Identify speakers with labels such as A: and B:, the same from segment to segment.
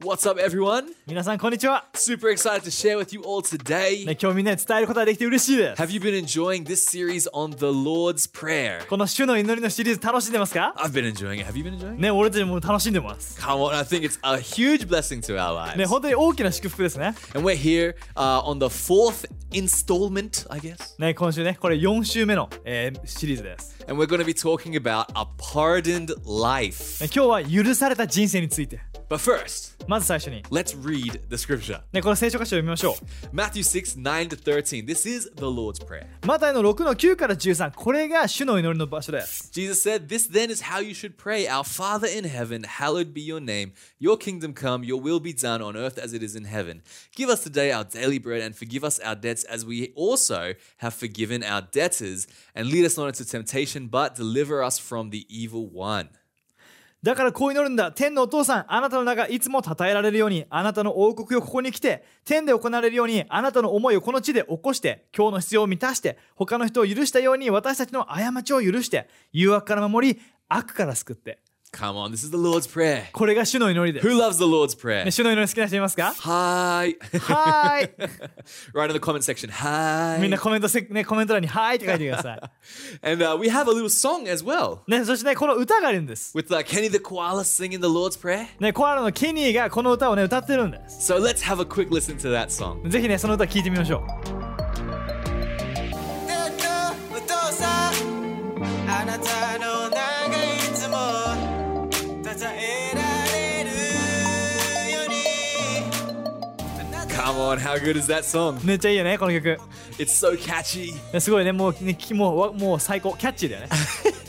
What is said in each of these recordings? A: What's up, everyone?
B: 皆さんこんにちは、
A: Super excited to share with you all today.
B: ね、今日みんなに伝えることができて嬉しいです
A: Have you been enjoying this series on the Lord's Prayer?
B: この主の祈りのシリーズ楽しんでますか
A: I've been enjoying it. Have you been enjoying it?
B: ね俺たちも楽しんでます
A: Come on, I think it's a huge blessing to our lives.
B: ね本当に大きな祝福ですね
A: And we're here uh, on the fourth installment, I guess.
B: ね今週ねこれ4週目の、えーシリーズです、ね
A: And we're going to be talking about a pardoned life.
B: 今日は許された人生について
A: But first,
B: まず最初に
A: let's read the scripture
B: ねこの聖書箇所を読みましょ
A: Matthew 6 9 to 13. This is the Lord's Prayer.
B: うマタイの6の9から13これが主の祈りの場所です
A: Jesus said, This then is how you should pray Our Father in heaven, hallowed be your name. Your kingdom come, your will be done on earth as it is in heaven. Give us today our daily bread and forgive us our debts as we also have forgiven our debtors. And lead us not into temptation, but deliver us from the evil one.
B: だからこう祈るんだ天のお父さんあなたの名がいつも称えられるようにあなたの王国よここに来て天で行われるようにあなたの思いをこの地で起こして今日の必要を満たして他の人を許したように私たちの過ちを許して誘惑から守り悪から救って
A: Come on, this is the Lord's Prayer.
B: これが主の祈りです、
A: Who loves the Lord's Prayer?
B: ね主の祈り好きな人いますか
A: Hi.
B: はー
A: right in the comment section.
B: い み
A: Hi.
B: んなコメントせ、ね、コメント欄に「はーい」って書いてくださ
A: And uh, we have a little song as well
B: い、ね、そしてねこの歌があるんです、
A: with uh, Kenny the Koala singing the Lord's Prayer.
B: ね、コアラのケニーがこの歌をね歌ってるんです
A: So let's have a quick listen to that song.
B: ぜひねその歌聴いてみましょう
C: 天のお父さんあなたの名がいつも称えられるように
A: Come on, how good is that song?
B: めっちゃいいよねこの曲
A: It's so catchy.
B: ねすごいね、もう、ね、きもうわ、もう最高、キャッチーだよね。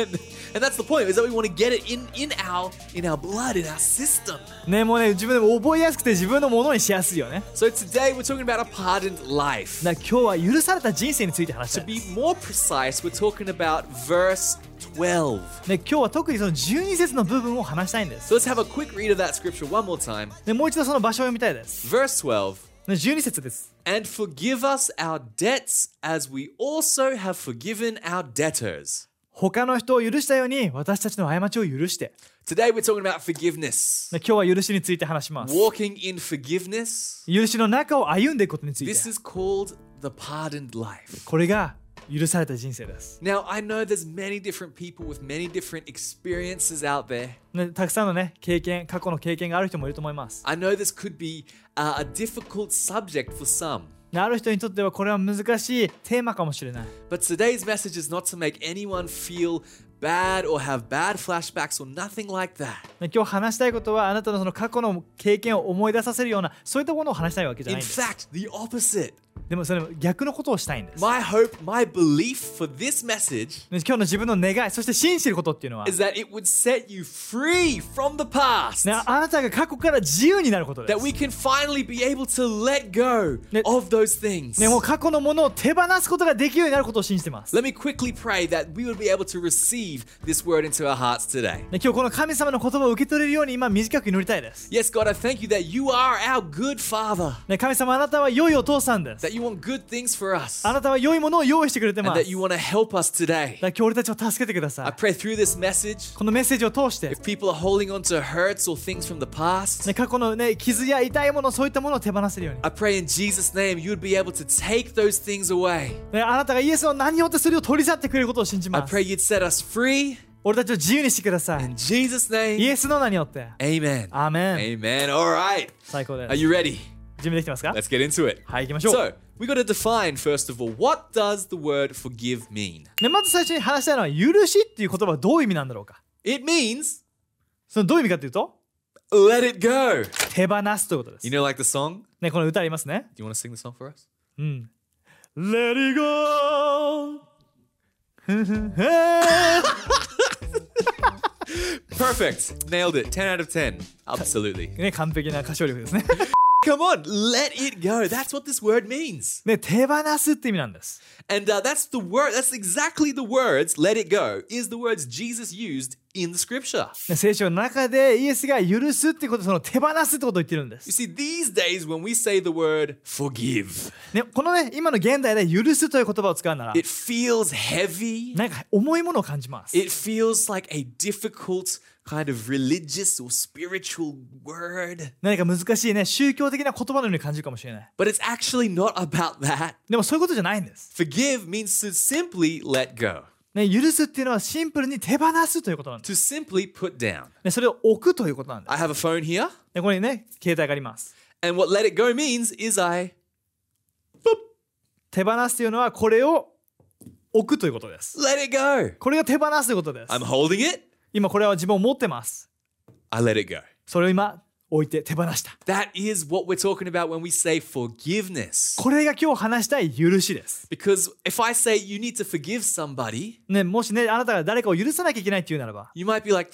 A: and, and that's the point, is that we want to get it in, in our in our blood, in our system.
B: ね、もうね、自分でも覚えやすくて自分のものにしやすいよね。
A: So today we're talking about a pardoned life.
B: だから今日は許された人生について話して
A: To
B: る。ね、
A: be more precise, we're talking about verse 12.
B: 今日は特にその12節の部分を話したいんです。
A: So let's have a quick read of that scripture one more time.
B: でもう一度その場所を読みたいです。
A: Verse 12.
B: ね12節です。
A: And forgive us our debts as we also have forgiven our debtors.
B: 他の人を許したように私たちの過ちを許して。
A: Today we're talking about forgiveness.
B: ね、今日は許しについて話します。
A: Walking in forgiveness.
B: 許しの中を歩んでいくことについて。
A: This is called the pardoned life.
B: これが許された人生です。
A: Now, I know there's many different people with many different experiences out there.
B: ね、たくさんのね、経験、過去の経験がある人もいると思います。
A: I know this could be uh, a difficult subject for some.
B: ねある人にとってはこれは難しいテーマかもしれない。
A: But today's message is not to make anyone feel bad or have bad flashbacks or nothing like that.
B: ね今日話したいことはあなたのその過去の経験を思い出させるようなそういったものを話したいわけじゃ
A: In
B: ないんです
A: fact, the opposite.
B: でもそれ逆のことをしたいんです、ね
A: My hope, my belief for this message
B: 今日の自分の願いそして信じることっていうのは、ね
A: is、that it would set you free from the past.
B: あなたが過去から自由になることで
A: that
B: す、
A: we can finally be able to let go
B: Ne-
A: of those things.
B: ね、もう過去のものを手放すことができるようになることを信じてます、ね、
A: Let me quickly pray that we would be able to receive this word into our hearts today.
B: 今日この神様の言葉を受け取れるように今短く祈りたいです、
A: Yes, God, I thank you that you are our good Father,
B: ね、神様あなたは良いお父さんです
A: that you want good things for us,
B: あ
A: and
B: なたは良いものを用意してくれてます
A: that you
B: だか
A: want to help us today.
B: ら今日俺たちを助けてくださ
A: I
B: い
A: pray through this message,
B: このメッセージを通して、
A: if people are holding on to hurts or things from the past,
B: ね、過去の、ね、傷や痛いものそういったものを手放せるように
A: I pray in Jesus' name you would be able to take those things away.
B: ね、あなたがイエスを何によってそれを取り去ってくれることを信じ
A: I
B: ます
A: pray。you'd set us free.
B: 俺たちを自由にしてください。
A: In Jesus'
B: イ
A: name,
B: エスの名によって。
A: amen.
B: アーメン。
A: Amen. All right.
B: 最高で
A: Are
B: す。
A: you ready?
B: 準備できてますか
A: Let's get into it.
B: はい、行きましょう。
A: So, we got to define first of all what does the word forgive mean?
B: ね、まず最初に話したいのは、許しっていう言葉はどういう意味なんだろうか
A: It means
B: そのどういう意味かというと、
A: let it go.
B: 手放すということです
A: You。know, like the song?
B: ね、この歌ありますね。
A: Do you want to sing the song for us?
B: うん。Let it go! ふふふー
A: Perfect. Nailed it. 10 out of 10. Absolutely.
B: ね、完璧な歌唱力で すね。
A: Come on, let it go. That's what this word means.
B: ね、手放すって意味なんです。
A: And uh, that's the word, that's exactly the words, let it go, is the words Jesus used in the scripture.
B: ね、聖書の中でイエスが許すってこと、その手放すってことを言ってるんです
A: You。see, these days when we say the word forgive,
B: ね、このね、今の現代で許すという言葉を使うなら、
A: it feels heavy.
B: なんか重いものを感じます。
A: It feels like a difficult kind of religious or spiritual word,
B: 何か難しいね宗教的な言葉のように感じるかもしれない
A: but it's actually not about that.
B: でもそういうことじゃないんです、
A: Forgive means to simply let go,
B: ね、許すっていうのはシンプルに手放すということなんです、
A: to simply put down.
B: ね、それを置くということなんです
A: I have a phone here,
B: でこれにね携帯があります
A: and what let it go means is I
B: 手放すというのはこれを置くということです
A: let it go.
B: これが手放すということです
A: I'm holding it,
B: 今これは自分を持ってます
A: I let it go.
B: それを今置いて手放した
A: That is what we're talking about when we say forgiveness.
B: これが今日話したい許しです
A: Because if I say you need to forgive somebody,
B: ねもしねあなたが誰かを許さなきゃいけないっていうならば
A: you might be like,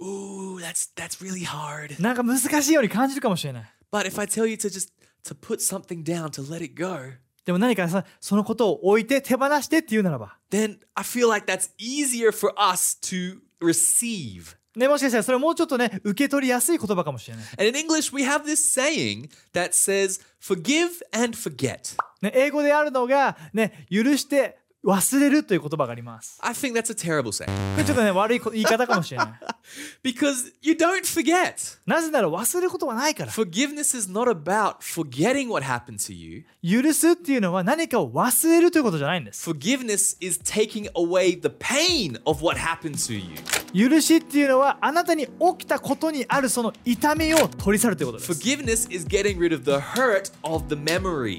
A: ooh, that's that's really hard.
B: なんか難しいように感じるかもしれない
A: But if I tell you to just to put something down, to let it go,
B: でも何かさそのことを置いて手放してっていうならば
A: then I feel like that's easier for us to receive.
B: ねもしかしたらそれもうちょっとね受け取りやすい言葉かもしれない、
A: And in English, we have this saying that says forgive and forget.
B: ね、英語であるのがね許して忘れるという言葉があります
A: I think that's a terrible saying
B: これちょっとね悪いこ言い方かもしれない
A: because you don't forget.
B: なぜなら忘れることはないから
A: Forgiveness is not about forgetting what happened to you.
B: 許すっていうのは何かを忘れるということじゃないんです
A: Forgiveness is taking away the pain of what happened to you.
B: 許しっていうのはあなたに起きたことにあるその痛みを取り去るということです
A: Forgiveness is getting rid of the hurt of the memory.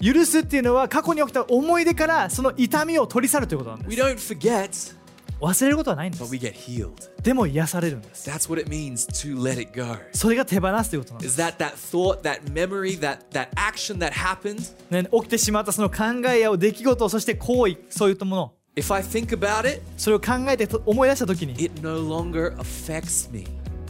B: 許すっていうのは過去に起きた思い出からその痛みを取り去るということなんで
A: We
B: す
A: don't forget,
B: 忘れることはないんで
A: but
B: す
A: we get healed.
B: でも癒されるんです
A: That's what it means to let it go.
B: それが手放すということなんです、
A: Is that that thought, that memory, that that action that happened?
B: ね、起きてしまったその考えや出来事をそして行為そういったもの
A: If I think about it,
B: それを考えてと思い出した時に
A: it no longer affects me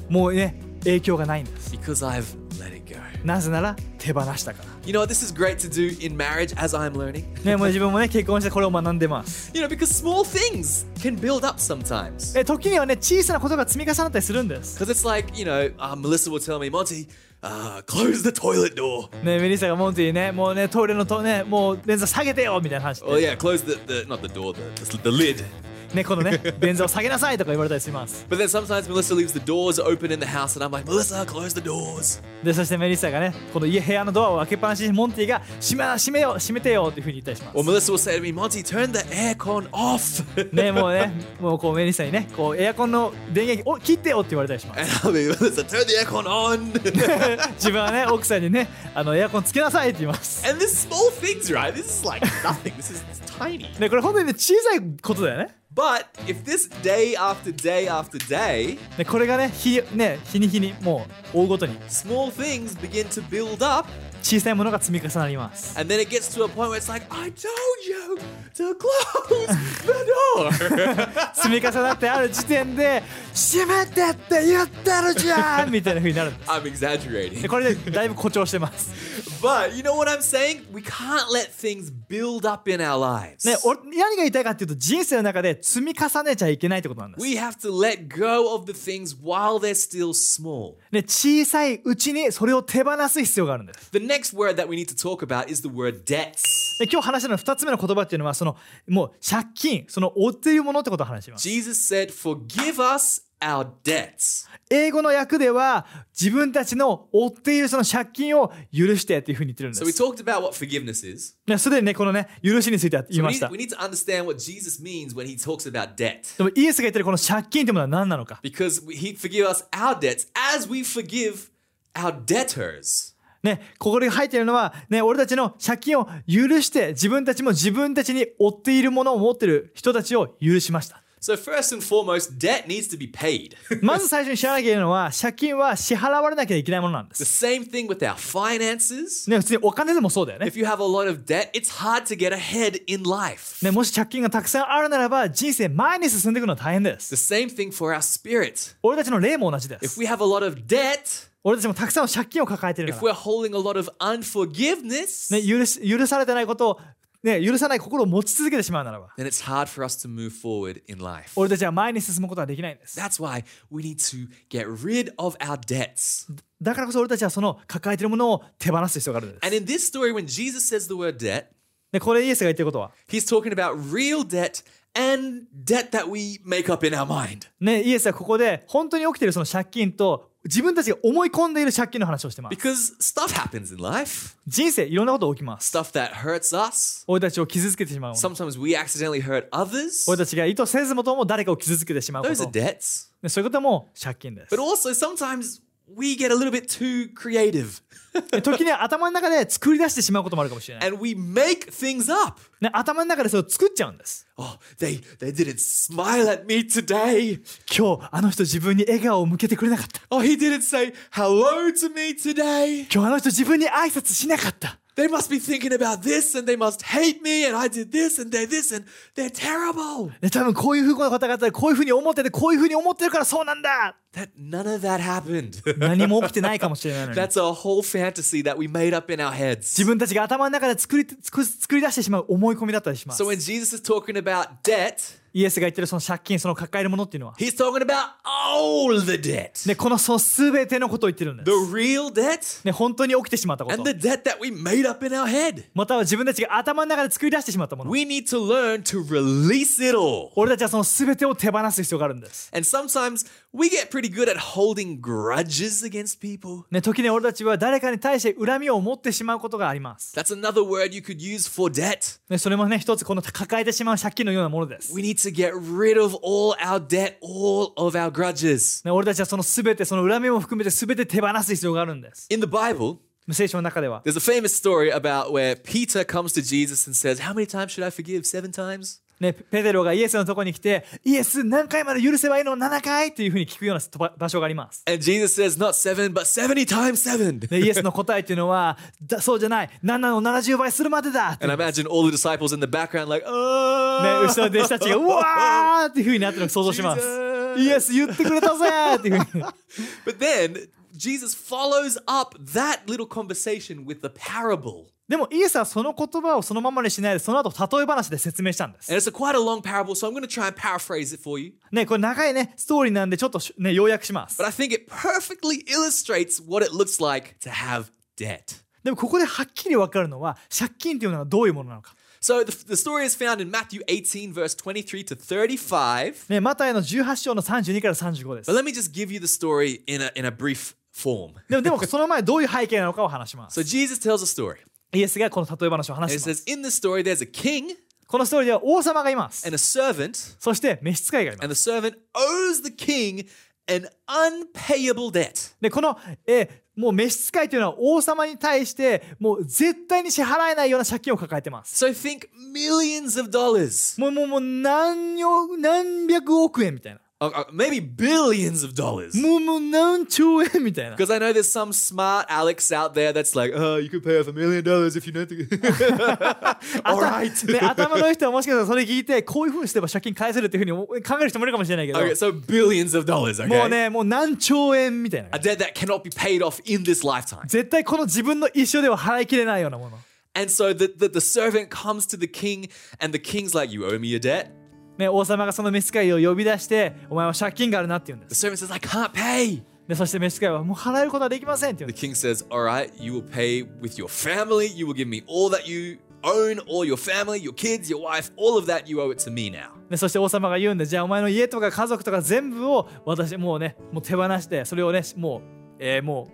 B: もうね影響がないんです
A: because I've let it go.
B: なぜなら手放したか
A: You know, this is great to do in marriage as I'm learning.
B: ら、ね、もう自分もね結婚してこれを学んでます
A: You know, because small things can build up sometimes.
B: え時にはね小さなことが積み重なったりするんです、
A: Because it's like, you know, uh, Melissa will tell me, Monty, uh, close the toilet door.
B: ね、メリッサがモンティにねもうねトイレのとねもう便座下げてよみたいな話
A: Oh, yeah,
B: で、
A: close the, the not the door, the, the, the lid.
B: ねこのね便座を下げなさいとか言われたりします
A: But then sometimes Melissa leaves the doors open in the house, and I'm like, Melissa, close the doors.
B: でそしてメリッサがねこの家部屋のドアを開けっぱなしにモンティが閉め閉めよ閉めてよっていうふうに言ったりします
A: Or Melissa will say to me, Monty, turn the aircon off.
B: ねもうねもうこうメリッサにねこうエアコンの電源を切ってよって言われたりします
A: and I'll be, Melissa, turn the aircon on.
B: 自分はね奥さんにねあのエアコンつけなさいって言います
A: and this small things, right? This is like nothing. This is it's tiny.
B: ねこれ本当にね小さいことだよね
A: But if this day after day after day,
B: ねこれがね日ね日に日にもう追うごとに
A: small things begin to build up,
B: 小さいものが積み重なります
A: And then it gets to a point where it's like, I told you to close the door.
B: 積み重なってある時点で「閉めてって言ってるじゃん!」みたいな風になるんで す
A: I'm
B: で
A: exaggerating.
B: これでだいぶ誇張してます、
A: But you know what I'm saying? We can't let things build up in our lives.
B: ね、俺何が言いたいかっていうと人生の中で積み重ねちゃいけないってことなんです、
A: We have to let go of the things while they're still small.
B: ね、小さいうちにそれを手放す必要があるんです
A: The next word that we need to talk about is the word debts.
B: で今日話したの2つ目の言葉っていうのはそのもう借金その負っているものってことを話します
A: Jesus said, Forgive us our debts.
B: 英語の訳では自分たちの負っているその借金を許してっていうふうに言ってるんで
A: So we
B: す、
A: talked about what forgiveness is.
B: ね、それでねこのね許しについて言い
A: We
B: まし
A: need,
B: た
A: we need to understand what Jesus means when he talks about debt.
B: でもイエスが言ってるこの借金ってものは何なのか
A: because we- he forgive us our debts as we forgive our debtors.
B: ね、ここで入っているのは、ね、俺たちの借金を許して、自分たちも自分たちに負っているものを持っている人たちを許しました。
A: So first and foremost, debt needs to be paid.
B: まず最初に知らなきゃいけないのは、借金は支払われなきゃいけないものなんで
A: the
B: す。
A: same thing with our finances.
B: ね、普通にお金でもそうだよね
A: If。you have a lot of debt, it's hard to get ahead in life.
B: ね、もし借金がたくさんあるならば、人生前に進んでいくのは大変で
A: The
B: す。
A: same thing for our spirit.
B: 俺たちの霊も同じで
A: If
B: す。
A: we have a lot of debt,
B: 俺たちもたくさんの借金を抱えている
A: if
B: から、
A: we're holding a lot of unforgiveness,
B: ね、許し許されてないことを、ね、許さない心を持ち続けてしまうならば、
A: then it's hard for us to move forward in life.
B: 俺たちは前に進むことはできないんです。
A: That's why we need to get rid of our debts.
B: だからこそ俺たちはその抱えているものを手放す必要があるんです
A: And。in this story, when Jesus says the word debt,
B: で、これイエスが言ってることは、
A: He's talking about real debt and debt that we make up in our mind.
B: ね、イエスはここで本当に起きてるその借金と自分たちが思い込んでいる借金の話をしてます。
A: Because stuff happens in life.
B: 人生いろんなこと起きます。
A: Stuff that hurts us.
B: 俺たちを傷つけてしまうもの。
A: Sometimes we accidentally hurt others.
B: 俺たちが意図せずもとも誰かを傷つけてしまうこ
A: Those are
B: と。
A: debts.
B: ねそういうことも借金です
A: But。also sometimes we get a little bit too creative
B: で時には頭の中で作り出してしまうこともあるかもしれない。
A: and we make things up.
B: ね、頭の中でそれを作っちゃうんです。
A: Oh, they they didn't smile at me today.
B: 今日あの人自分に笑顔を向けてくれなかった。
A: Oh, he didn't say hello to me today.
B: 今日あの人自分に挨拶しなかった。
A: They must be thinking about this and they must hate me and I did this and they're this and they're terrible.
B: ね、多分こういう風な方々でこういう風に思っててこういう風に思ってるからそうなんだ
A: That none of that happened.
B: 何も起きてないかもしれないのに
A: That's a whole fantasy that we made up in our heads.
B: 自分たちが頭の中で作り作作り出してしまう思い込みだったりします
A: So when Jesus is talking about debt,
B: イエスが言ってるその借金その抱えるものっていうのは
A: he's talking about all the debt.
B: ねこのその全てのことを言ってるんです
A: The real debt
B: ね本当に起きてしまったこ
A: and
B: と
A: the debt that we made up in our head.
B: または自分たちが頭の中で作り出してしまったもの
A: We need to learn to release it all.
B: 俺たちはその全てを手放す必要があるんです、
A: And sometimes we get pretty good at holding grudges against people.
B: ね、時に俺たちは誰かに対して恨みを持ってしまうことがあります、
A: That's another word you could use for debt.
B: ね、それもね一つこの抱えてしまう借金のようなものです、
A: We need to get rid of all our debt, all of our grudges.
B: ね、俺たちはその全てその恨みも含めて全て手放す必要があるんです
A: In the Bible,
B: 聖書の中では
A: there's a famous story about where Peter comes to Jesus and says, How many times should I forgive? Seven times?
B: ね、ペペテロがイエスのとこに来て、イエス何回まで許せばいいの ?7 回っていうふうに聞くようなとば場所があります。
A: And Jesus says, Not seven, but 70 times seven.
B: で、イエスの答えっていうのは、だそうじゃない、7の70倍するまでだって、
A: And I
B: ね、
A: imagine all the disciples in the background, like, Oh,
B: 後ろの弟子たちが、うわーっていうふうになってるのを想像します
A: Jesus。
B: イエス言ってくれたぜーっていうふうに。
A: But then Jesus follows up that little conversation with the parable.
B: でもイエスはその言葉をそのままにしないで、その後例え話で説明したんで
A: And it's
B: す。
A: a quite a long parable, so I'm going to try and paraphrase it for you.
B: ね、これ長いね、ストーリーなんでちょっとしね、要約します
A: But。I think it perfectly illustrates what it looks like to have debt.
B: でもここではっきりわかるのは、借金っていうのはどういうものなのか。
A: So the, the story is found in Matthew 18, verse 23 to 35.
B: ね、マタイの18章の32から35です
A: But。let me just give you the story in a, in a brief form.
B: でも、でもその前どういう背景なのかを話します
A: So。Jesus tells a story.
B: イエスがこの例 え話を
A: And
B: 話
A: it
B: します。
A: says, In this story, there's a king
B: このストーリーでは王様がいます。
A: and a servant,
B: そして召使いがいま
A: and
B: す。
A: the servant owes the king an unpayable debt.
B: で、この、えーもう召使いというのは王様に対して、もう絶対に支払えないような借金を抱えてます。
A: So think millions of dollars,
B: もう、もう、もう、何よ、何百億円みたいな。
A: or, or Uh, maybe billions of dollars.
B: もう、もう、何兆円みたいな。
A: Because I know there's some smart Alex out there that's like, oh, you could pay off a million dollars if you know to.
B: あ
A: All
B: た
A: right.
B: ね、頭のいい人はもしかしたらそれ聞いて、こういう風にすれば借金返せるっていう風に思う考える人もいるかもしれないけ ど、
A: okay, so billions of dollars, okay?
B: もうね、もう何兆円みたいな
A: A。debt that cannot be paid off in this lifetime.
B: 絶対この自分の一生では払いきれないようなもの。
A: And so the, the, the servant comes to the king, and the king's like, you owe me a debt.
B: ね、王様がその召使いを呼び出して、お前は借金があるなって言うんで
A: The
B: す。
A: servant says, I can't pay.
B: で、そして召使いはもう払えることはできませんって言うん
A: The
B: です。
A: king says, All right, you will pay with your family. You will give me all that you own, all your family, your kids, your wife, all of that. You owe it to me now.
B: で、そして王様が言うんで、じゃあお前の家とか家族とか全部を私もうね、もう手放して、それをね、もう、えーも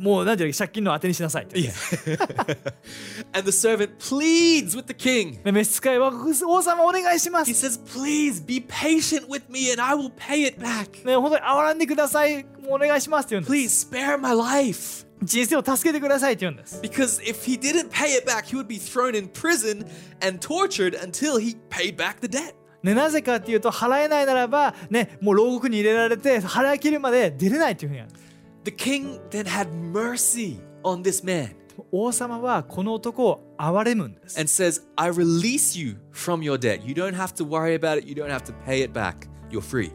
B: う、もう何て言うの借金の当てにしなさいって言うんです。
A: And the servant pleads with the king.
B: で、召使いは王様お願いしま
A: He
B: す。
A: says, Please be patient with me and I will pay it back.
B: ね、本当に憐らんでください。もうお願いしますって言うんです。
A: Please spare my life.
B: 人生を助けてくださいって言うんです。
A: Because if he didn't pay it back, he would be thrown in prison and tortured until he paid back the debt.
B: ね、なぜかっていうと、払えないならば、ね、もう牢獄に入れられて、払い切るまで出れないっていうふうになる。
A: The king then had mercy on this man
B: 王様はこの男を憐れむんです。
A: and says, I release you from your debt. You don't have to worry about it. You don't have to pay it back. You're free.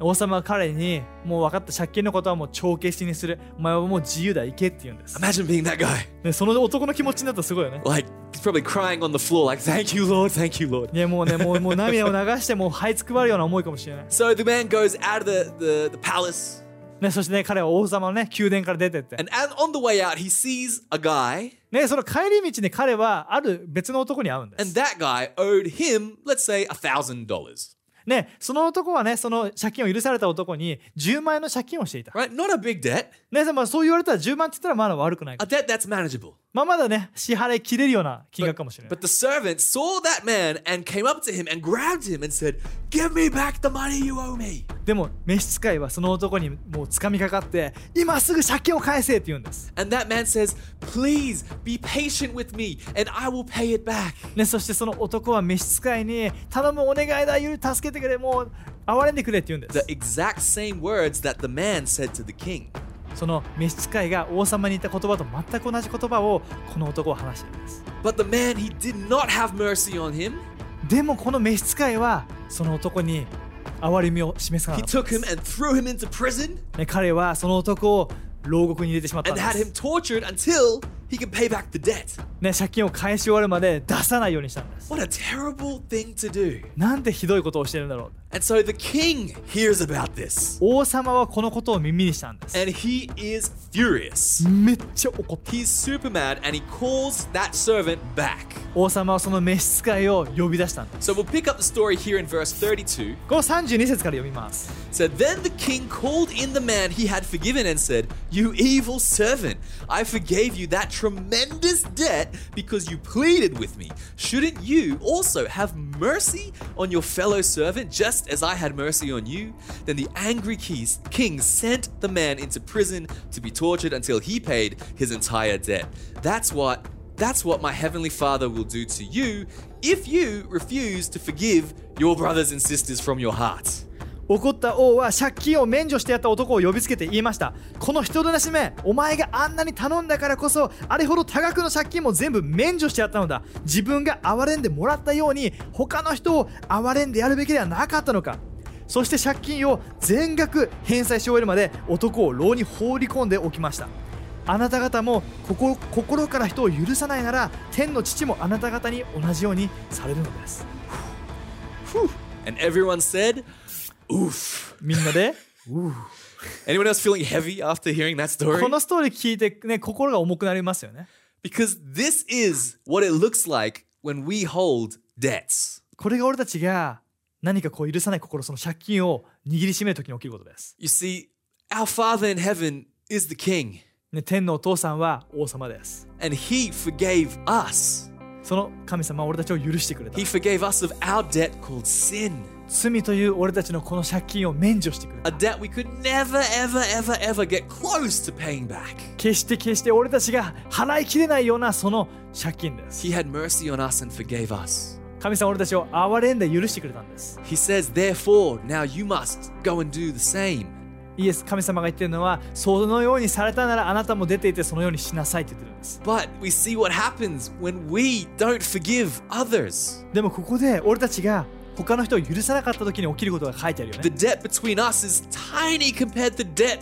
B: 王様は彼にもう分かった借金のことはもう帳消しにするお前はもう自由だ行けって言うんです、
A: Imagine being that guy.
B: ね、その男の気持ちになったらすごいよね
A: Like, he's probably crying on the floor, like, Thank you, Lord. Thank you, Lord.
B: ねもうねもうもう涙を流してもう這いつくばるような思いかもしれない、
A: So the man goes out of the, the, the palace
B: ね、そしてね彼は王様のね宮殿から出てって、
A: And and on the way out, he sees a guy,
B: ね、その帰り道に彼はある別の男に会うんで
A: and
B: す、
A: that guy owed him, let's say, a thousand dollars.
B: ね、その男はねその借金を許された男に10万円の借金をしていた、
A: Right? Not a big debt,
B: ねまあ、そう言われたら10万って言ったらまだ悪くないか
A: a
B: ら
A: debt that's manageable.
B: まあ、まだね支払い切れるような金額かもしれない
A: But the servant saw that man and came up to him and grabbed him and said, Give me back the money you owe me.
B: でも召使いはその男にもう掴みかかって今すぐ借金を返せって言うんです、
A: And that man says, Please be patient with me and I will pay it back.
B: ね、そしてその男は召使いに頼むお願いだゆる助けてくれもう憐れんでくれって言うんで
A: The
B: す
A: exact same words that the man said to the king.
B: その召使いが王様に言った言葉と全く同じ言葉をこの男は話しています
A: But the man, he did not have mercy on him.
B: でもこの召使いはその男に憐れみを示さな
A: He
B: かったん
A: took
B: で
A: him
B: す、
A: and threw him into prison
B: ね、彼はその男を牢獄に入れてしまったん
A: and
B: で
A: had him
B: す、
A: tortured until he could pay back the debt.
B: ね、借金を返し終わるまで出さないようにしたんです
A: What a terrible thing to do.
B: なんてひどいことをしてるんだろう
A: And so the king hears about this
B: 王様はこのことを耳にしたんです
A: and he is furious.
B: めっちゃ怒った
A: He's super mad and he calls that servant back.
B: 王様はその召使いを呼び出したんです
A: So we'll pick up the story here in verse 32.
B: この32節から読みます
A: So then the king called in the man he had forgiven and said, You evil servant, I forgave you that tremendous debt because you pleaded with me. Shouldn't you also have mercy on your fellow servant just as I had mercy on you? Then the angry keys- king sent the man into prison to be tortured until he paid his entire debt. That's what that's what my heavenly father will do to you if you refuse to forgive your brothers and sisters from your heart.
B: 怒った王は借金を免除してやった男を呼びつけて言いましたこの人なしめお前があんなに頼んだからこそあれほど多額の借金も全部免除してやったのだ自分が憐れんでもらったように他の人を憐れんでやるべきではなかったのかそして借金を全額返済し終えるまで男を牢に放り込んでおきましたあなた方も心心から人を許さないなら天の父もあなた方に同じようにされるのです
A: And everyone said, oof.
B: みんなで
A: Anyone else feeling heavy after hearing that story?
B: このストーリー聞いてね心が重くなりますよね
A: Because this is what it looks like when we hold debts.
B: これが俺たちが何かこう許さない心その借金を握りしめる時に起きることです、
A: You see, our Father in heaven is the King,
B: ね、天のお父さんは王様です
A: and He forgave us.
B: その神様は俺たちを許してくれた
A: He forgave us of our debt called sin,
B: 罪という俺たちのこの借金を免除してくれ
A: a
B: た
A: debt we could never, ever, ever, ever get close to paying back.
B: 決して決して俺たちが払いきれないようなその借金です
A: He had mercy on us and forgave us.
B: 神様は俺たちを憐れんで許してくれたんです
A: He says, therefore, now you must go and do the same.
B: イエス神様が言ってるのはそのようにされたならあなたも出ていてそのようにしなさいって言ってるんです
A: But we see what happens when we don't forgive others.
B: でもここで俺たちが他の人を許さなかった時に起きることが書いてあるよ
A: The
B: ね。
A: debt between us is tiny compared to debt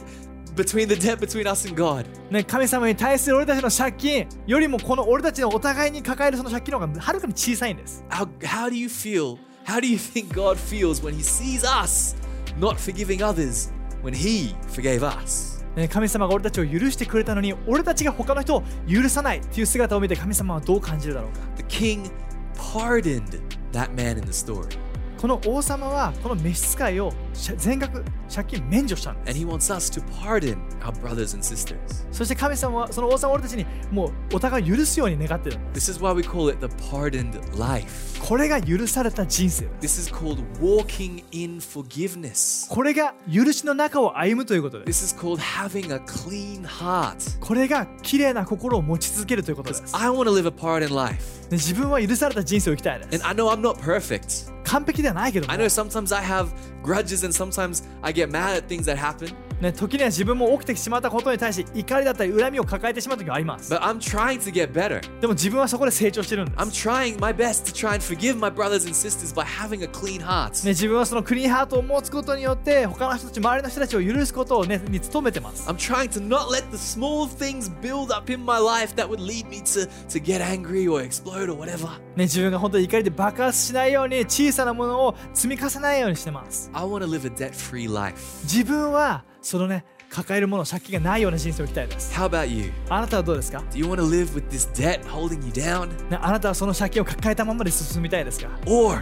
A: between the debt between us and God.
B: ね神様に対する俺たちの借金よりもこの俺たちのお互いに抱えるその借金の方がはるかに小さいんです。
A: How, how do you feel? How do you think God feels when he sees us not forgiving others when he forgave us?
B: ね神様が俺たちを許してくれたのに俺たちが他の人を許さないっていう姿を見て神様はどう感じるだろうか。
A: The king pardoned that man in the story,
B: この王様はこの召使いをし全額借金免除したんで
A: and
B: す。
A: he wants us to pardon our brothers and sisters.
B: そして神様はその王様は俺たちにもうお互いを許すように願ってるんで
A: This
B: す。
A: is why we call it the pardoned life.
B: これが許された人生です。
A: This is called walking in forgiveness.
B: これが許しの中を歩むということで
A: This is
B: す。
A: called having a clean heart.
B: これが綺麗な心を持ち続けるということです
A: Because I want to live a pardoned life.
B: で自分は許された人生を生きたいで
A: And
B: す
A: I know I'm not perfect.
B: 完璧ではないけども
A: I know sometimes I have grudges and sometimes I get mad at things that happen.
B: ね、時には自分も起きてしまったことに対して怒りだったり恨みを抱えてしまう時があります
A: But I'm trying to get better.
B: でも自分はそこで成長してるんで
A: I'm
B: す、
A: trying my best to try and forgive my brothers and sisters by having a clean heart.
B: ね、自分はそのクリーンハートを持つことによって他の人たち周りの人たちを許すことを、ね、に努めてます
A: I'm trying to not let the small things build up in my life that would lead me to, to get angry or explode or whatever.
B: ね、自分が本当に怒りで爆発しないように小さなものを積み重ねないようにしてます
A: I want to live a debt free life.
B: 自分はそのね抱えるもの借金がないような人生を生きたいです
A: How about you?
B: あなたはどうですか
A: Do you want to live with this debt holding you down?
B: ねあなたはその借金を抱えたままで進みたいですか
A: Or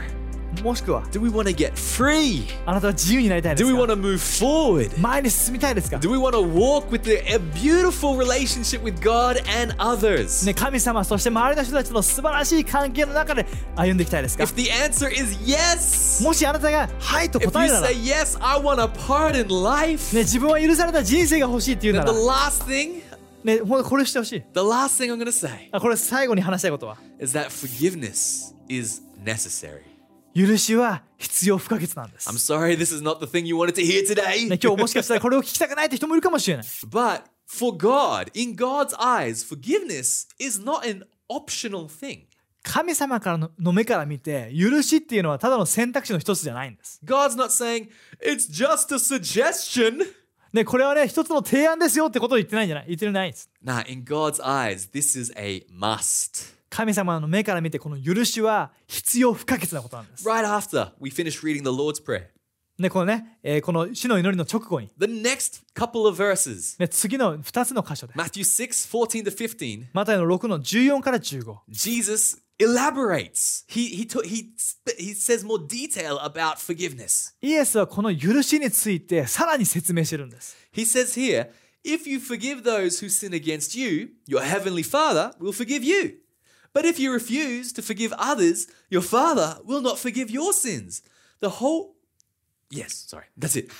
B: もしくは
A: do we want to get free?
B: あなたは自由になりたいで
A: Do
B: す
A: we want
B: か
A: to move forward?
B: 前に進みたいですか
A: Do we want to walk with the, a beautiful relationship with God and others?
B: ね、神様そして周りの人たちとの素晴らしい関係の中で歩んでいきたいですか
A: If the answer is yes,
B: もしあなたが「はい」と
A: if
B: 答
A: you
B: えたら、
A: say
B: ね、
A: yes, I want a part in life,
B: 自分は許された人生が欲しいっていうな
A: then the
B: ら、
A: last thing,
B: ね、ほんとこれしてほしい
A: the last thing I'm going to say
B: あこれ最後に話したいことは
A: is that forgiveness is necessary.
B: 許しは必要不可欠なんです
A: I'm sorry, this is not the thing you wanted to hear today.
B: ね、今日もしかしたらこれを聞きたくないって人もいるかもしれない
A: But for God, in God's eyes, forgiveness is not an optional thing.
B: 神様からのの目から見て許しっていうのはただの選択肢の一つじゃないんです、
A: God's not saying, it's just a suggestion.
B: ね、これはね一つの提案ですよってことを言ってないんじゃない言ってないんです
A: Nah, in God's eyes, this is a must.
B: 神様の目から見てこの許しは必要不可欠なことなんです、
A: Right after we finish reading the Lord's Prayer,
B: ねこのね、えーこの主の祈りの直後に
A: the next couple of verses,
B: ね、次の2つの箇所で、
A: Matthew 6 14 to 15,
B: マタイの6の14から15、
A: Jesus elaborates. He, he, took he, sp- he says more detail about forgiveness.
B: イエスはこの許しについてさらに説明してるんです。
A: He says here, if you forgive those who sin against you, your heavenly Father will forgive you. But if you refuse to forgive others, your Father will not forgive your sins. The whole. Yes, sorry, that's it.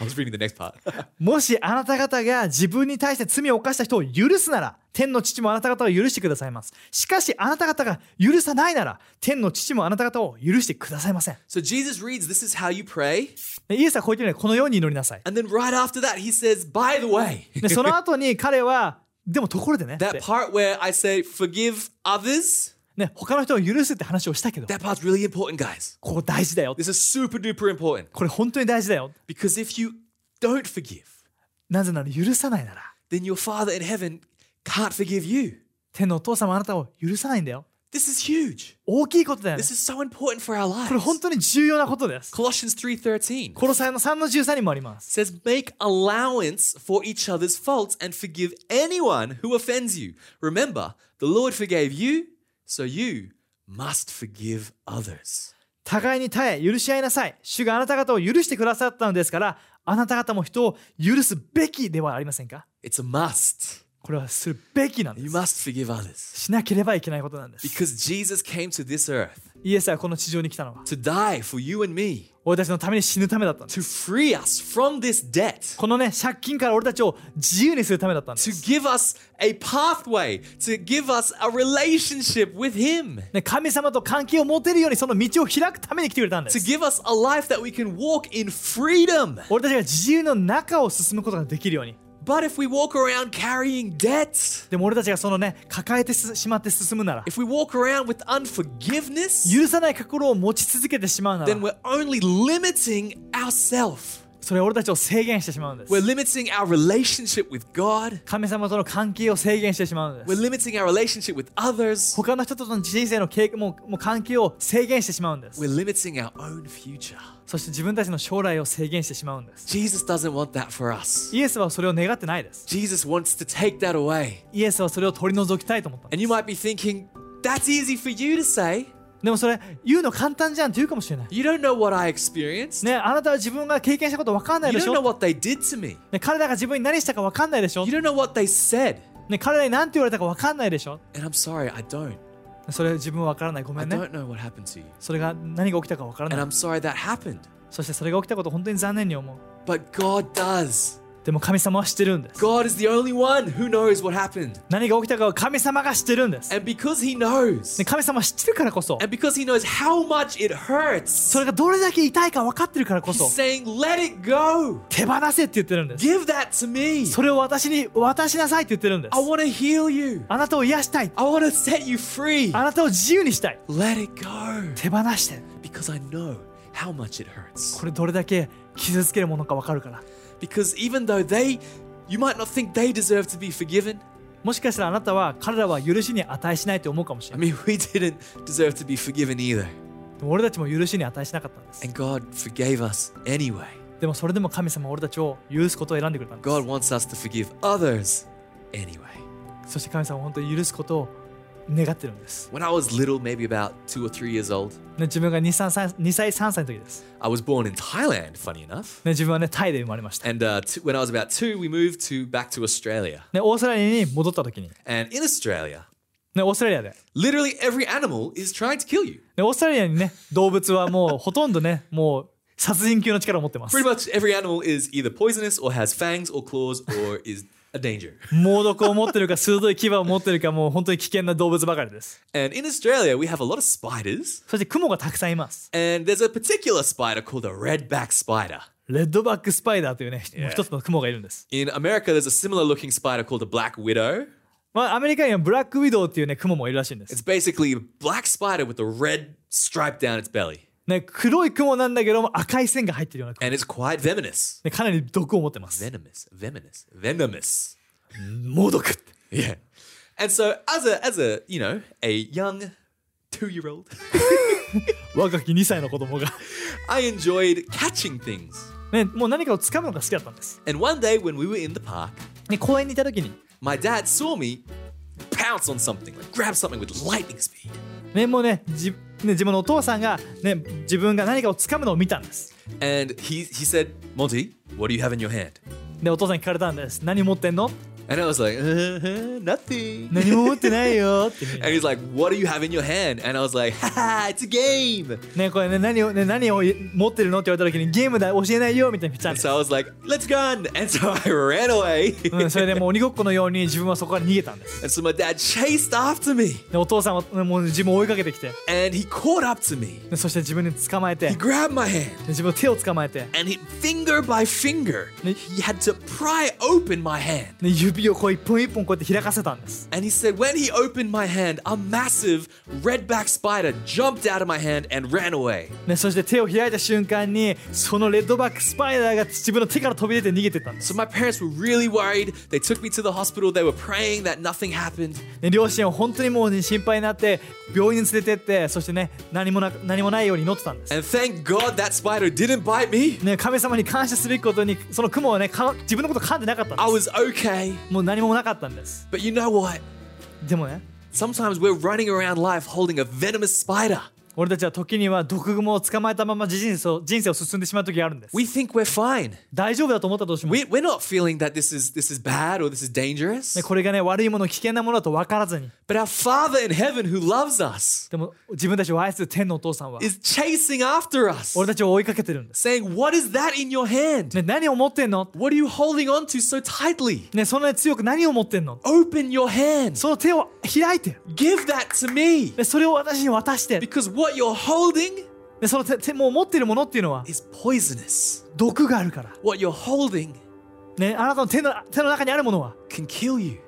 A: I was reading the next part.
B: もしあなた方が自分に対して罪を犯した人を許すなら、天の父もあなた方を許してくださいます。しかしあなた方が許さないなら、天の父もあなた方を許してくださいません。
A: so Jesus reads, This is how you pray.
B: でイエスはこう言ってるので、このように祈りなさい。
A: And then right after that, he says, By the way,
B: でその後に彼は、でもところでね、
A: that part where I say, Forgive others,
B: ね他の人を許すって話をしたけど、
A: that part's really important, guys.
B: ここ大事だよ。
A: This is super duper important
B: これ本当に大事だよ。
A: because if you don't forgive,
B: なぜなら許さないなら、
A: then your Father in heaven can't forgive you.
B: 天のお父様はあなたを許さないんだよ。
A: This is huge.
B: 大きいことだよね
A: This。is so important for our
B: これ本
A: lives.
B: 当に重要なことです。
A: Colossians 3:13
B: コロサイの3の13にもあります。
A: says make allowance for each other's faults and forgive anyone who offends you. Remember, the Lord forgave you, so you must forgive others.
B: 互いに耐え、許し合いなさい。主があなた方を許してくださったのですから、あなた方も人を許すべきではありませんか
A: It's a must.
B: これはするべきなんで
A: You
B: す。
A: must forgive others
B: しなければいけないことなんです。
A: because Jesus came to this earth
B: イエスはこの地上に来たのは、
A: to die for you and me,
B: 俺たちのために死ぬためだったんです。
A: to free us from this debt.
B: このね、借金から俺たちを自由にするためだったんで
A: To
B: す。
A: give us a pathway, to give us a relationship with Him.
B: ね、神様と関係を持てるようにその道を開くために来てくれたんで
A: to
B: す。
A: give us a life that we can walk in freedom.
B: 俺たちが自由の中を進むことができるように。
A: But if we walk around carrying debts,
B: でも俺たちがそのね、抱えてすしまって進むなら、
A: if we walk around with unforgiveness,
B: 許さない心を持ち続けてしまうな
A: then
B: ら
A: we're only limiting ourselves.
B: それは俺たちを制限してしまうんです
A: We're limiting our relationship with God.
B: 神様との関係を制限してしまうんで
A: We're
B: す
A: limiting our relationship with others.
B: 他の人との人生の経もうもう関係を制限してしまうんです
A: We're limiting our own future.
B: そして自分たちの将来を制限してしまうんです
A: Jesus doesn't want that for us.
B: イエスはそれを願ってないです
A: Jesus wants to take that away.
B: イエスはそれを取り除きたいと思ったん
A: And
B: で
A: you
B: す
A: might be thinking, that's easy for you to say.
B: でもそれ言うの簡単じゃんって言うかもしれない
A: You don't know what I experienced.
B: ねあなたは自分が経験したこと分かんないで
A: You
B: し
A: don't know
B: ょ、
A: what they did to me.
B: ね、彼らが自分に何したか分かんないでしょ
A: You、don't know what they said.
B: ね、彼らに何て言われたか分かんないでしょ
A: And I'm sorry, I don't.
B: それ自分は分からないご
A: I
B: めんね
A: don't know what happened to you.
B: それが何が起きたか分から
A: And
B: ない
A: I'm sorry that happened.
B: そしてそれが起きたことを本当に残念に思う
A: But God does.
B: でも神様は知ってるんです。
A: God is the only one who knows what happened.
B: 何が起きたかは神様が知ってるんです。
A: And because He knows,
B: で神様は知ってるからこそ、
A: and because He knows how much it hurts,
B: それがどれだけ痛いか分かってるからこ
A: He's
B: そ、
A: saying, Let it go.
B: 手放せって言ってるんです。
A: Give that to me.
B: それを私に渡しなさいって言ってるんです
A: I。want to heal you.
B: あなたを癒したい。
A: I want to set you free.
B: あなたを自由にしたい。
A: Let it go.
B: 手放して。
A: Because I know how much it hurts.
B: これどれだけ傷つけるものか分かるから。
A: Because even though they, you might not think they deserve to be forgiven.
B: もしかしたらあなたは彼らは許しに値しないと思うかもし
A: I
B: れない。
A: mean, we didn't deserve to be forgiven either.
B: でも俺たちも許しに値しなかったんです。
A: And God forgave us anyway.
B: でもそれでも神様は俺たちを許すことを選んでくれたんです
A: God wants us to forgive others anyway.
B: そして神様は本当に許すことを願ってるんです、
A: When I was little, maybe about two or three years old,
B: ね、自分が 2, 3 3 2歳3歳の時です、ね、
A: I was born in Thailand, funny enough.
B: 自分はねタイで生まれました、
A: And uh, t- when I was about two, we moved to back to Australia.
B: ね、オーストラリアに戻った時に、
A: And in Australia,
B: ね、オーストラリアで
A: literally every animal is trying to kill you.
B: でオーストラリアにね動物はもうほとんどねもう殺人級の力を持ってます
A: Pretty much every animal is either poisonous or has fangs or claws or is a danger.
B: 猛毒を持ってるか鋭い牙を持ってるかもう本当に危険な動物ばかりです
A: And in Australia, we have a lot of spiders.
B: そして雲がたくさんいます
A: And there's a particular spider called a redback spider.
B: レッドバックスパイダーというね、もう一つの雲がいるんです
A: In America, there's a similar looking spider called a black widow.
B: まあ、アメリカにはブラックウィドウっていうね、雲もいるらしいんです。
A: It's basically a black spider with a red stripe down its belly.
B: ね、黒い雲なんだけども赤い線が入ってるような雲。
A: And it's quite venomous.
B: ね、かなり毒を持ってます。
A: Venomous, venomous, venomous.
B: 猛毒って。
A: Yeah. And so as a as a, you know, a young 2-year-old,
B: 若き2歳の子 供が。
A: I enjoyed catching things.
B: ね、もう何かを掴むのが好きだったんです。
A: And one day when we were in the park,
B: ね、公園にいた時に、
A: my dad saw me pounce on something, like grab something with lightning speed.
B: ね、もうね、じね自分のお父さんが、ね、自分が何かを掴むのを見たんです。
A: And he he said, "Monty, what do you have in your hand?"
B: で、お父さんに聞かれたんです。何持ってんの
A: And I was like, uh, "Nothing."
B: 何も持ってないよっていうふう
A: And
B: に。
A: he's like, "What do you have in your hand?" And I was like, "Haha, it's a game."
B: ね、これね、何を、ね、何を持ってるのって言われた時にゲームだ、教えないよみたいに言ったん
A: And
B: です。
A: so I was like, "Let's run!" And so I ran away.
B: うん、それでもう鬼ごっこのように自分はそこから逃げたんです。
A: and so my dad chased after me,
B: でお父さんはねもう自分を追いかけてきて、
A: and he caught up to me.
B: でそして自分に捕まえて
A: He
B: で
A: grabbed my hand,
B: 自分の手を捕まえて
A: and he finger by finger,
B: Ne-
A: he had to pry open my hand.
B: で指をこう一本一本こうやって開かせたんです
A: And he said, when he opened my hand, a massive redback spider jumped out of my hand and ran away.
B: でそして手を開いた瞬間にそのレッドバックスパイダーが自分の手から飛び出て逃げてったんです
A: So my parents were really worried. They took me to the hospital. They were praying that nothing happened.
B: で両親は本当にもうね心配になって病院に連れてってそしてね何もな何もないように祈ってたんです
A: And thank God that spider didn't bite me.
B: ね、神様に感謝すべきことにその雲はねか自分のこと噛んでなかったんで
A: I
B: す
A: was okay.
B: もう何もなかったんです
A: But you know what?
B: でもね
A: Sometimes we're running around life holding a venomous spider.
B: 俺たちは時には毒蜘蛛を捕まえたまま人生を人生を進んでしまう時があるんです
A: We think we're fine.
B: 大丈夫だと思ったとしても
A: We, we're not feeling that this is this is bad or this is dangerous.
B: ねこれがね悪いもの危険なものだと分からずに
A: But our Father in heaven who loves us
B: でも自分たちを愛する天のお父さんは
A: is chasing after us.
B: 俺たちを追いかけてるんです、
A: saying, What is that in your hand?
B: ね、何を持ってんの、
A: What are you holding on to so tightly?
B: ね、そんなに強く何を持ってんの
A: Open your hand.
B: その手を開いて、
A: Give that to me.
B: ね、それを私に渡して、
A: Because what you're holding
B: ね、その手手もう持ってるものっていうのは
A: is poisonous.
B: 毒があるから、
A: What you're holding
B: ね、あなたの手の手の中にあるものは
A: can kill you.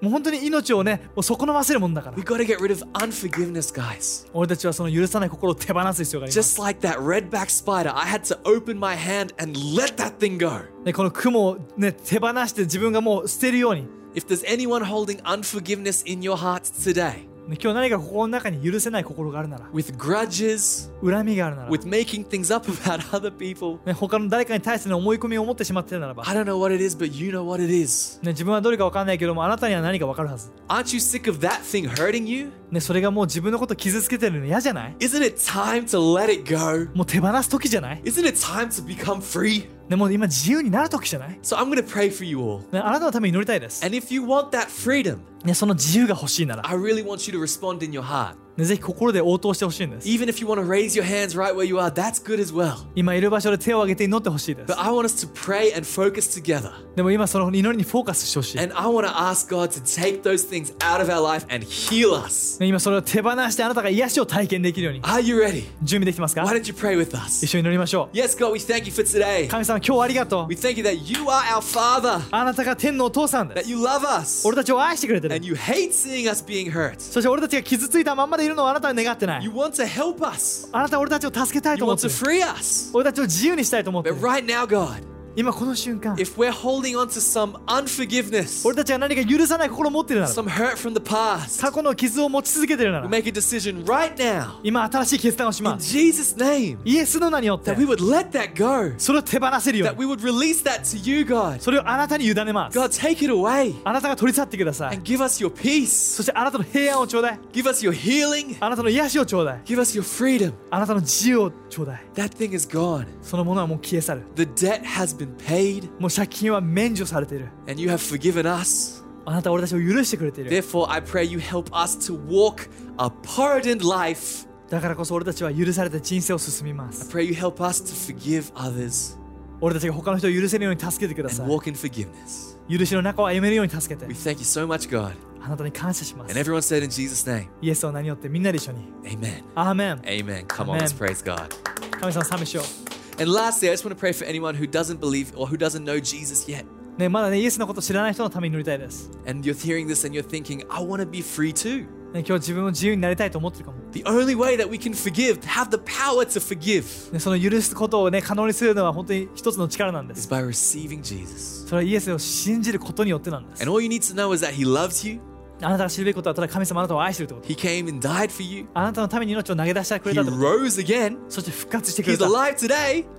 B: もう本当に命をねもう損なわせるものだから
A: We gotta get rid of unforgiveness, guys.
B: 俺たちはその許さない心を手放す必要があります、
A: Just like that redback spider, I had to open my hand and let that thing go.
B: ね、この雲を、ね、手放して自分がもう捨てるように、ね、
A: If there's anyone holding unforgiveness in your heart today,
B: 今日何か心の中に許せない心があるなら
A: with grudges,
B: 恨みがあるなら、
A: with making things up about other people,
B: ね、他の誰かに対しての思い込みを持ってしまっているならば
A: I don't know what it is, but you know what it is.
B: ね、自分はどれか分かんないけどもあなたには何か分かるはず、
A: Aren't you sick of that thing hurting you?
B: ね、それがもう自分のこと傷つけてるの嫌じゃない
A: Isn't it time to let it go?
B: もう手放す時じゃない、
A: Isn't it time to become free?
B: ね、もう今自由になる時じゃない、
A: So I'm gonna pray for you all.
B: ね、あなたのために祈りたいです、
A: And if you want that freedom,
B: ね、その自由が欲しいなら、
A: I really want you to respond in your heart.
B: ね、ぜひ心で応答してほしいんです
A: Even if you want to raise your hands right where you are, that's good as well.
B: 今いる場所で手を挙げて祈ってほしいです
A: But I want us to pray and focus together.
B: でも今その祈りにフォーカスしてほしい、ね、
A: And I want to ask God to take those things out of our life and heal us.
B: 今それを手放してあなたが癒しを体験できるように
A: Are you ready?
B: 準備できてますか
A: Why don't you pray with
B: 一
A: us?
B: 緒に祈りましょ
A: Yes, God, we thank you for today.
B: う神様今日はありがとう
A: We thank you that you are our Father,
B: あなたが天のお父さんで
A: that
B: す
A: you love us,
B: 俺たちを愛してくれて
A: and
B: る
A: you hate seeing us being hurt.
B: そして俺たちが傷ついたまんまでいるのをあなたは願ってない
A: You want to help us.
B: あなたは俺たちを助けたい
A: You
B: と思っ
A: want
B: て
A: to
B: る
A: free us.
B: 俺たちを自由にしたいと思って
A: But
B: る
A: right now, God,
B: 今この瞬間
A: If we're holding on to some unforgiveness,
B: 俺たちが何か許さない心を持ってるなら
A: some hurt from the past,
B: 過去の傷を持ち続けてるな
A: we
B: ら
A: make a decision right now,
B: 今新しい決断をしま
A: in
B: す
A: Jesus' name,
B: イエスの名によって
A: that we would let that go,
B: それを手放せるよう
A: that
B: に
A: we would release that to you, God.
B: それをあなたに委ねます
A: God, take it away
B: あなたが取り去ってください
A: and give us your peace,
B: そしてあなたの平安をちょうだい
A: give us your healing,
B: あなたの癒しをちょうだい
A: give us your freedom.
B: あなたの自由をちょうだい
A: That thing is gone.
B: そのものはもう消え去る
A: The debt has been paid,
B: もう借金は免除されている
A: and you have forgiven us.
B: あなたは俺たちを許してくれている
A: Therefore, I pray you help us to walk a pardoned life.
B: だからこそ俺たちは許された人生を進みます
A: Pray you help us to forgive others
B: 俺たちが他の人を許せるように助けてくださ
A: and
B: い
A: walk in forgiveness.
B: 許しの中を歩めるように助けて
A: We thank you so much, God.
B: あなたに感謝します
A: And everyone said in Jesus' name,
B: イエスを何よってみんなで一緒に
A: Amen.
B: アーメン
A: Amen. Come on,
B: Amen.
A: let's praise God.
B: 神様賛美しよ
A: And lastly, I just want to pray for anyone who doesn't believe or who doesn't know Jesus yet.
B: うねまだねイエスのこと知らない人のために乗りたいです、
A: And you're hearing this and you're thinking, I want to be free too.
B: ね、今日自分を自由になりたいと思ってるかも
A: The only way that we can forgive, have the power to forgive,
B: ね、その許すことをね可能にするのは本当に一つの力なんで
A: is
B: す
A: by receiving Jesus.
B: それはイエスを信じることによってなんです
A: And all you need to know is that He loves you,
B: あなたが知るべきことはただ神様あなたを愛してるってこと
A: He came and died for you,
B: あなたのために命を投げ出してくれ
A: He
B: たってこと
A: rose again,
B: そして復活してくれ
A: He's
B: たで
A: alive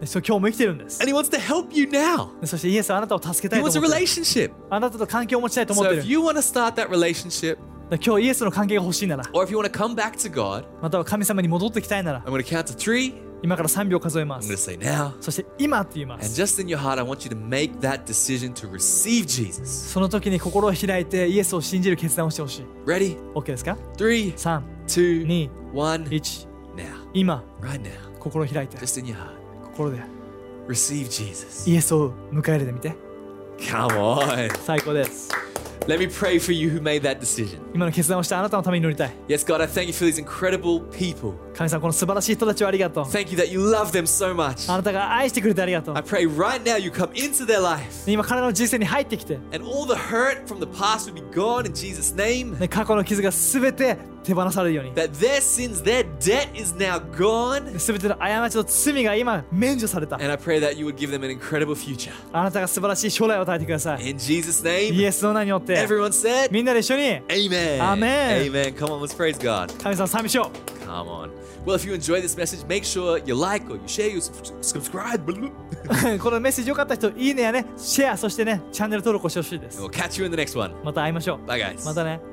A: today,
B: そう今日も生きてるんですで
A: and He wants to help you now.
B: そしてイエスはあなたを助けた
A: He
B: いと
A: wants
B: 思
A: a
B: ってる
A: relationship.
B: あなたと関係を持ちたいと思っ
A: So
B: てる
A: if you want to start that relationship,
B: だから今日イエスの関係が欲しいなら
A: or if you want to come back to God,
B: または神様に戻ってきたいなら
A: I'm going to count to three. I'm
B: 今から3秒数えま
A: going to
B: す
A: say now.
B: そして今って言いま
A: And
B: す
A: just in your heart, I want you to make that decision to receive Jesus.
B: その時に心を開いてイエスを信じる決断をしてほしい
A: Ready?
B: OK ですか
A: Three, two,
B: Ni.
A: one.
B: ?321
A: Now,
B: 今
A: right now,
B: 心を開いて
A: just in your heart,
B: 心で
A: receive Jesus.
B: イエスを迎え入れてみて
A: Come on.
B: 最高です
A: Let me pray for you who made that decision.
B: 今の決断をしたあなたのために乗りたい
A: Yes, God, I thank you for these incredible people.
B: 神様この素晴らしい人たちをありがとう
A: Thank you that you love them so much.
B: あなたが愛してくれてありがとう
A: I pray right now you come into their life
B: 今彼らの人生に入ってきて
A: and all the hurt from the past would be gone in Jesus' name.
B: ね過去の傷が全て手放されるように
A: that their sins, their debt is now gone.
B: 全ての過ちと罪が今免除された
A: And I pray that you would give them an incredible future.
B: あなたが素晴らしい将来を与えてください
A: In Jesus' name,
B: イエスの名によって
A: everyone said,
B: みんなで一緒に
A: Amen.
B: Amen.
A: Amen. Come on, let's praise God.
B: 神様賛美しよう
A: Come on. Well, if you enjoyed this message, make sure you like or you share, you subs- subscribe. blah, blah, blah.
B: このメッセージ良かった人、いいねやね、シェア、そしてね、チャンネル登録をしてほしいです
A: And。we'll catch you in the next one.
B: また会いましょう。
A: Bye, guys.
B: またね。